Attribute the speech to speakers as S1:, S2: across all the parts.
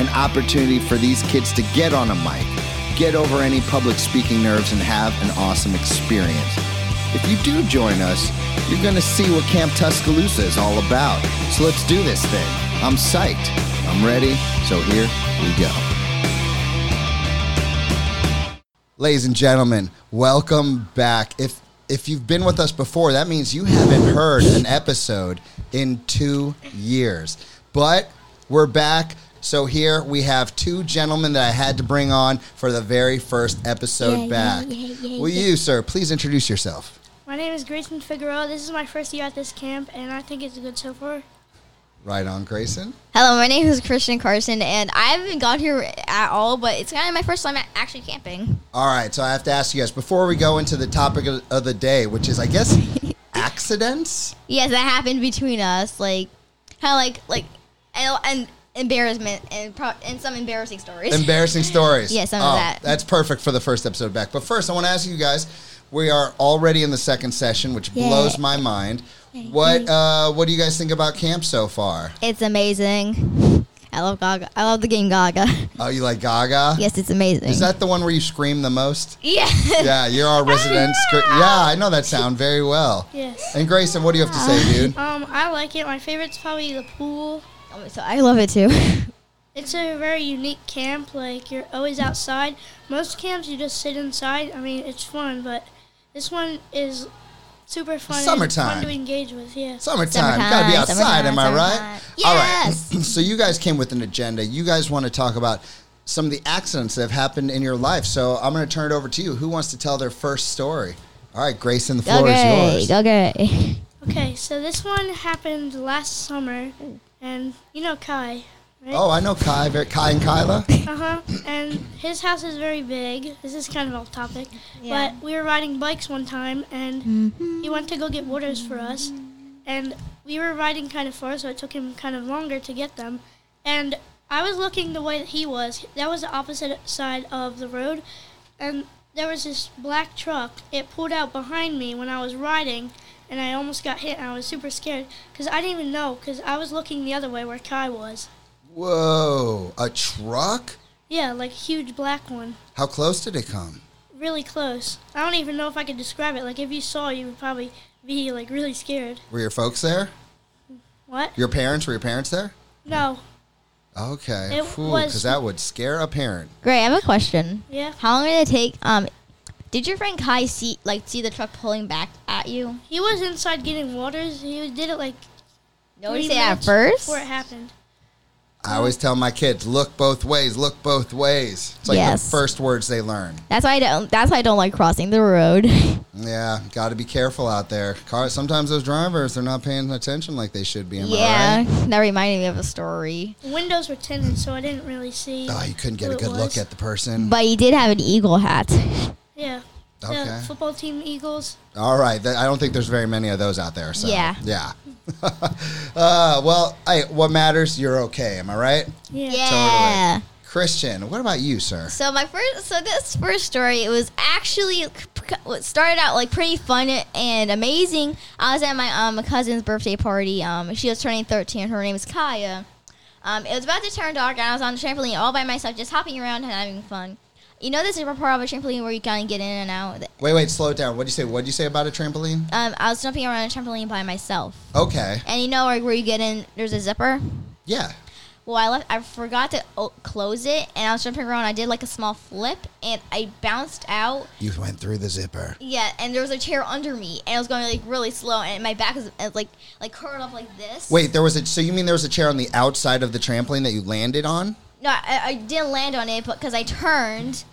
S1: An opportunity for these kids to get on a mic, get over any public speaking nerves, and have an awesome experience. If you do join us, you're going to see what Camp Tuscaloosa is all about. So let's do this thing. I'm psyched. I'm ready. So here we go. Ladies and gentlemen, welcome back. If if you've been with us before, that means you haven't heard an episode in 2 years. But we're back. So here we have two gentlemen that I had to bring on for the very first episode
S2: Yeah,
S1: back.
S2: yeah, yeah, yeah,
S1: Will
S2: yeah.
S1: you, sir, please introduce yourself?
S2: My name is Grayson Figueroa. This is my first year at this camp, and I think it's good so far.
S1: Right on, Grayson.
S3: Hello, my name is Christian Carson, and I haven't gone here at all, but it's kind of my first time a- actually camping.
S1: All right, so I have to ask you guys before we go into the topic of, of the day, which is, I guess, accidents.
S3: Yes, that happened between us, like kind of like like and, and embarrassment and pro- and some embarrassing stories.
S1: Embarrassing stories. Oh,
S3: Yeah, some of that.
S1: That's perfect for the first episode back. But first, I want to ask you guys. We are already in the second session, which
S3: Yeah.
S1: blows my mind. What uh, What do you guys think about camp so far?
S3: it's amazing. I love Gaga. I love the game Gaga.
S1: Oh, you like Gaga?
S3: yes, it's amazing.
S1: Is that the one where you scream the most?
S3: yeah.
S1: Yeah, you're our resident. scr- yeah, I know that sound very well.
S2: Yes.
S1: And Grayson, what do you have to say, dude?
S2: Um, I like it. My favorite's probably the pool.
S3: Oh, So I love it too.
S2: It's a very unique camp. Like you're always outside. Most camps you just sit inside. I mean, it's fun, but this one is super fun. and
S1: Summertime.
S2: Fun to engage with. Yeah.
S1: Summertime. Gotta be
S3: Summertime,
S1: outside, am I
S3: summertime,
S1: right?
S3: summertime.
S1: All right. so you guys came with an agenda. You guys want to talk about some of the accidents that have happened in your life. So I'm gonna turn it over to you. Who wants to tell their first story? All right, Grayson, the floor
S3: Okay,
S1: is yours.
S3: okay.
S2: Okay, so this one happened last summer, and you know Kai, right?
S1: Oh, I know Kai, very- Kai and Kyla.
S2: Uh huh. And his house is very big. This is kind of off topic,
S3: Yeah.
S2: but we were riding bikes one time, and he went to go get waters for us, and we were riding kind of far, so it took him kind of longer to get them, and I was looking the way that he was. That was the opposite side of the road, and there was this black truck. It pulled out behind me when I was riding. And I almost got hit, and I was super scared because I didn't even know because I was looking the other way where Kai was.
S1: Whoa, a truck?
S2: Yeah, like huge black one.
S1: How close did it come?
S2: really close. I don't even know if I could describe it. Like if you saw, you would probably be like really scared.
S1: Were your folks there?
S2: What?
S1: Your parents? Were your parents there?
S2: No.
S1: Okay,
S2: It was-
S1: because that would scare a parent.
S3: Great. I have a question.
S2: Yeah.
S3: How long did it take? Um, did your friend Kai see like see the truck pulling back at you?
S2: He was inside getting waters. He did it like
S3: Notice
S2: three
S3: it at
S2: minutes
S3: first.
S2: before it happened.
S1: I always tell my kids, look both ways, look both ways. It's like
S3: Yes.
S1: the first words they learn.
S3: That's why I don't. That's why I don't like crossing the road.
S1: Yeah, got to be careful out there. Cars. Sometimes those drivers they're not paying attention like they should be. Am I
S3: yeah,
S1: right?
S3: that reminded me of a story.
S2: The windows were tinted, so I didn't really see.
S1: Oh, you couldn't get
S2: who
S1: a
S2: it
S1: good look
S2: was.
S1: at the person.
S3: But he did have an eagle hat.
S2: Yeah.
S1: Okay.
S2: The football team Eagles.
S1: All right, th- I don't think there's very many of those out there. So
S3: Yeah.
S1: yeah. uh, well, hey, what matters? You're okay. Am I right,
S2: Yeah.
S3: Yeah.
S1: Christian? What about you, sir?
S3: So my first, so this first story, it was actually it started out like pretty fun and amazing. I was at my um cousin's birthday party. Um, she was turning thirteen. Her name is Kaya. Um, it was about to turn dark, and I was on the trampoline all by myself, just hopping around and having fun. You know, this is a part of a trampoline where you kind of get in and out.
S1: Wait, wait, slow it down. What would you say? What would you say about a trampoline?
S3: Um, I was jumping around a trampoline by myself,
S1: Okay.
S3: and you know, like where you get in, there's a zipper.
S1: Yeah.
S3: Well, I left. I forgot to o- close it, and I was jumping around. I did like a small flip, and I bounced out.
S1: You went through the zipper.
S3: Yeah, and there was a chair under me, and I was going like really slow, and my back was uh, like like curled up like this.
S1: Wait, there was a. So you mean there was a chair on the outside of the trampoline that you landed on?
S3: no, I, I didn't land on it, but because I turned,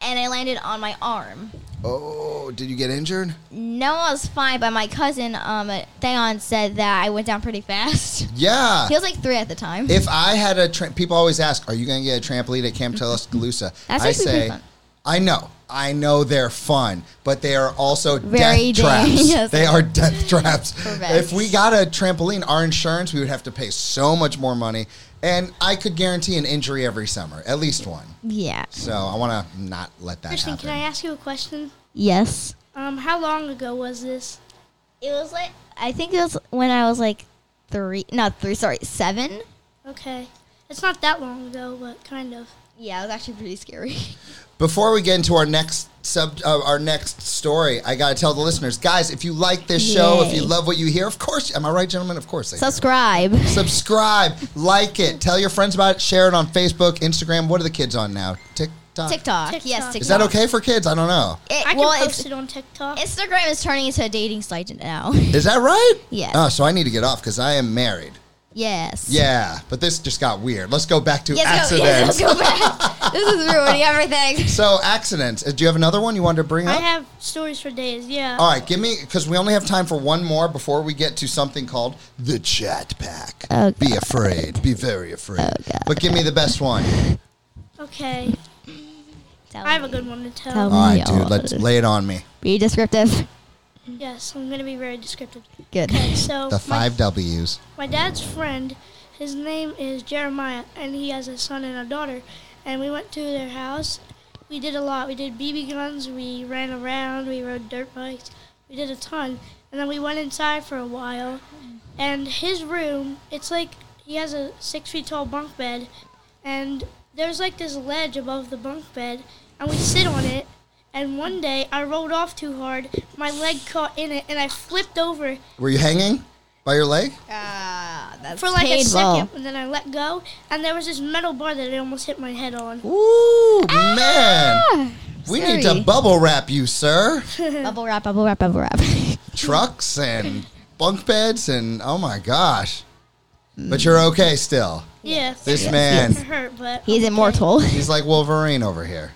S3: and I landed on my arm.
S1: Oh, did you get injured?
S3: No, I was fine, but my cousin, um, Theon, said that I went down pretty fast.
S1: Yeah.
S3: He was like three at the time.
S1: If I had a, tra- people always ask, "Are you going to get a trampoline at Camp Tuscaloosa?"
S3: That's
S1: I
S3: actually pretty
S1: say,
S3: fun.
S1: I know, I know they're fun, but they are also
S3: Very
S1: death
S3: dang-
S1: traps.
S3: yes.
S1: They are death traps.
S3: Correct.
S1: if we got a trampoline, our insurance we would have to pay so much more money, and I could guarantee an injury every summer, at least one.
S3: yeah.
S1: So I want to not let that
S2: Christian,
S1: happen.
S2: can I ask you a question?
S3: Yes.
S2: Um, how long ago was this?
S3: It was like I think it was when I was like three, not three, sorry, seven.
S2: Okay, it's not that long ago, but kind of.
S3: Yeah, it was actually pretty scary.
S1: Before we get into our next sub, uh, our next story, I gotta tell the listeners, guys, if you like this show, if you
S3: Yay.
S1: love what you hear, of course, am I right, gentlemen? Of course, I do.
S3: Subscribe.
S1: subscribe, like it, tell your friends about it, share it on Facebook, Instagram. What are the kids on now? TikTok.
S3: TikTok. Yes,
S2: TikTok.
S3: TikTok.
S1: Is that okay for kids? I don't know.
S3: It-
S2: I can
S3: Eh, well,
S2: post
S3: it's,
S2: it on TikTok.
S3: Instagram is turning into a dating site now.
S1: Is that right?
S3: Yes.
S1: Oh, so I need to get off because I am married.
S3: yes.
S1: Yeah, but this just got weird. Let's go back to
S3: Yes, go, yes,
S1: accidents.
S3: let's go back. this is ruining everything.
S1: so accidents. Uh, Do you have another one you wanted to bring
S2: I
S1: up?
S2: have stories for days. Yeah.
S1: All right, give me because we only have time for one more before we get to something called the chat pack.
S3: Oh,
S1: be afraid, be very afraid. but give me the best one.
S2: Okay,
S3: Tell
S2: I have a
S3: me.
S2: good one to tell.
S3: Tell
S1: All right,
S3: Yeah.
S1: dude, let's lay it on me.
S3: Be descriptive.
S2: Yes, I'm gonna be very descriptive.
S3: Good.
S2: Okay, so
S1: The
S2: my,
S1: five W's.
S2: my dad's friend, his name is Jeremiah, and he has a son and a daughter. And we went to their house. We did a lot. We did BB guns. We ran around. We rode dirt bikes. We did a ton. And then we went inside for a while. And his room, it's like he has a six feet tall bunk bed, and there's like this ledge above the bunk bed, and we sit on it. And one day I rolled off too hard, my leg caught in it, and I flipped over
S1: Were you hanging by your leg?
S3: Ah, that's
S2: for like a
S3: painful.
S2: second, and then I let go, and there was this metal bar that I almost hit my head on.
S1: Ooh, man. We need to
S3: Scary.
S1: bubble wrap you, sir.
S3: Bubble wrap, bubble wrap, bubble wrap.
S1: Trucks and bunk beds and oh my gosh. But you're okay still.
S2: Yeah,
S1: This
S2: it
S1: man,
S2: hurt, but
S3: He's
S2: okay.
S3: immortal.
S1: he's like Wolverine over here.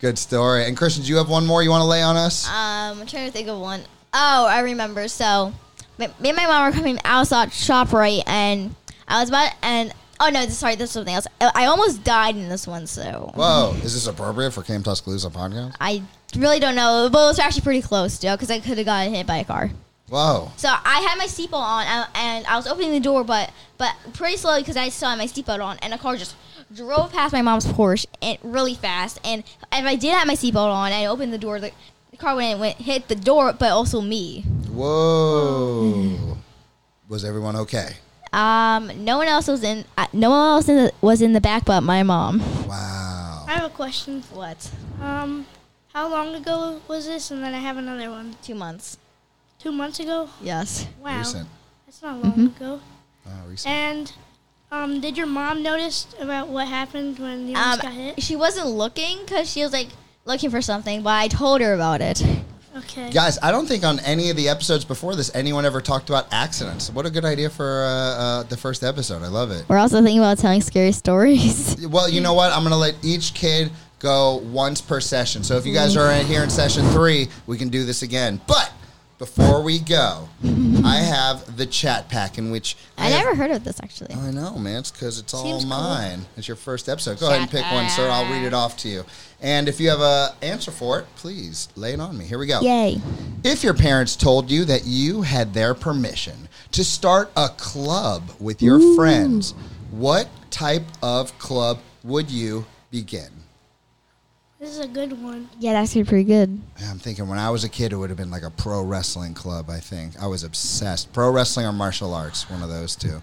S1: Good story. And Christian, do you have one more you want to lay on us?
S3: Um, I'm trying to think of one. Oh, I remember. So, me me and my mom were coming outside shop right, and I was about and oh no, this- sorry, this is something else. I I almost died in this one, so
S1: Whoa, is this appropriate for Cam Tuscaloosa podcast?
S3: I really don't know. But it was actually pretty close, though, because I could have gotten hit by a car.
S1: Whoa.
S3: So I had my seatbelt on, and, and I was opening the door, but but pretty slowly because I still had my seatbelt on, and a car just drove past my mom's Porsche and really fast. And if I did have my seatbelt on, I opened the door, the, the car went, went hit the door, but also me.
S1: Whoa. Was everyone okay?
S3: Um, no one else was in. Uh, no one else in the, was in the back, but my mom.
S1: Wow.
S2: I have a question.
S3: What?
S2: Um, how long ago was this? And then I have another one.
S3: Two months.
S2: Two months ago.
S3: Yes.
S2: Wow,
S1: Recent.
S2: that's not long
S3: Mm-hmm.
S2: ago.
S1: Oh, recent.
S2: And um, did your mom notice about what happened when you
S3: Um,
S2: almost got hit?
S3: she wasn't looking because she was like looking for something, but I told her about it.
S2: Okay.
S1: Guys, I don't think on any of the episodes before this anyone ever talked about accidents. What a good idea for uh, uh, the first episode. I love it.
S3: We're also thinking about telling scary stories.
S1: Well, you know what? I'm going to let each kid go once per session. So if you guys are in here in session three, we can do this again. But before we go, I have the chat pack in which
S3: I
S1: have-
S3: never heard of this actually.
S1: I know, man. It's because it's all
S2: Seems cool.
S1: mine. It's your first episode. Go ahead and
S3: Shut
S1: pick one, sir. I'll read it off to you. And if you have a answer for it, please lay it on me. Here we
S2: Oh.
S1: go.
S3: Yay.
S1: If your parents told you that you had their permission to start a club with your friends, what type of club would you begin?
S2: This is a good one.
S3: Yeah, that's pretty good.
S1: I'm thinking when I was a kid, it would have been like a pro wrestling club, I think. I was obsessed. Pro wrestling or martial arts, one of those two.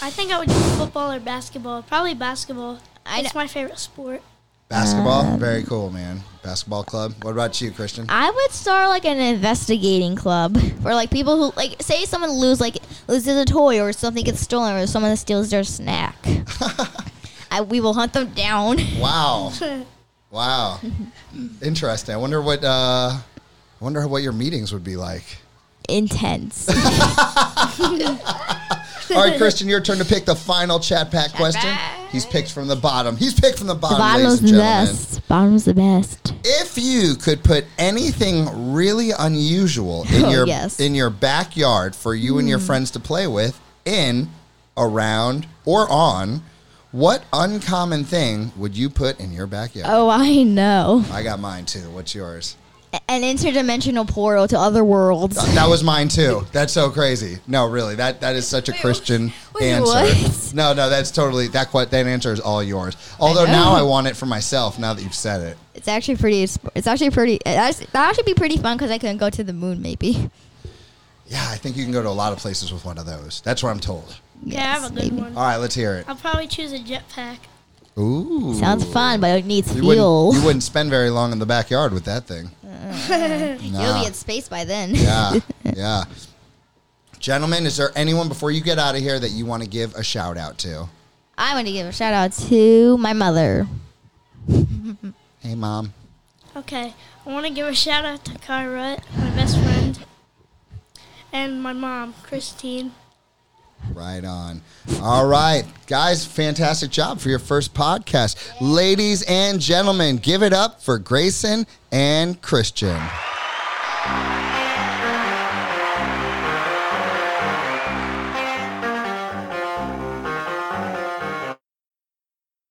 S2: I think I would do football or basketball. Probably basketball.
S3: I
S2: it's
S3: d-
S2: my favorite sport.
S1: Basketball, very cool, man. Basketball club. What about you, Christian?
S3: I would start like an investigating club for like people who like say someone lose like loses a toy or something gets stolen or someone steals their snack. I, we will hunt them down.
S1: Wow. Wow. Interesting. I wonder what uh I wonder what your meetings would be like.
S3: Intense.
S1: All right, Christian, your turn to pick the final chat pack question.
S3: pack.
S1: He's picked from the bottom. He's picked from the bottom, ladies
S3: Bottom's
S1: and
S3: the
S1: gentlemen.
S3: best. Bottom's the best.
S1: If you could put anything really unusual in
S3: Oh,
S1: your
S3: yes. Hmm.
S1: in your backyard for you and your friends to play with, in, around, or on, what uncommon thing would you put in your backyard?
S3: Oh, I know.
S1: I got mine too. What's yours?
S3: An interdimensional portal to other worlds.
S1: Th- That was mine too. That's so crazy. No, really, that that is such a Christian
S3: wait,
S1: answer.
S3: what?
S1: No, no, that's totally that. Quite, that answer is all yours. Although now
S3: know.
S1: I want it for myself. Now that you've said it,
S3: It's actually pretty. It's actually pretty. That that should be pretty fun because I can go to the moon maybe.
S1: yeah, I think you can go to a lot of places with one of those. That's what I'm told.
S2: yeah, I have a good
S3: maybe.
S2: one.
S1: All right, let's hear it.
S2: I'll probably choose a jetpack.
S1: Ooh,
S3: Sounds fun, but it needs
S1: You
S3: fuel.
S1: wouldn't, you wouldn't spend very long in the backyard with that thing.
S3: You'll
S1: Nah.
S3: be in space by then.
S1: yeah, yeah. Gentlemen, is there anyone before you get out of here that you want to give a shout out to?
S3: I want to give a shout out to my mother.
S1: Hey, mom.
S2: Okay, I want to give a shout out to Kyra, my best friend, and my mom, Christine.
S1: Right on. All right, guys, fantastic job for your first podcast. Ladies and gentlemen, give it up for Grayson and Christian.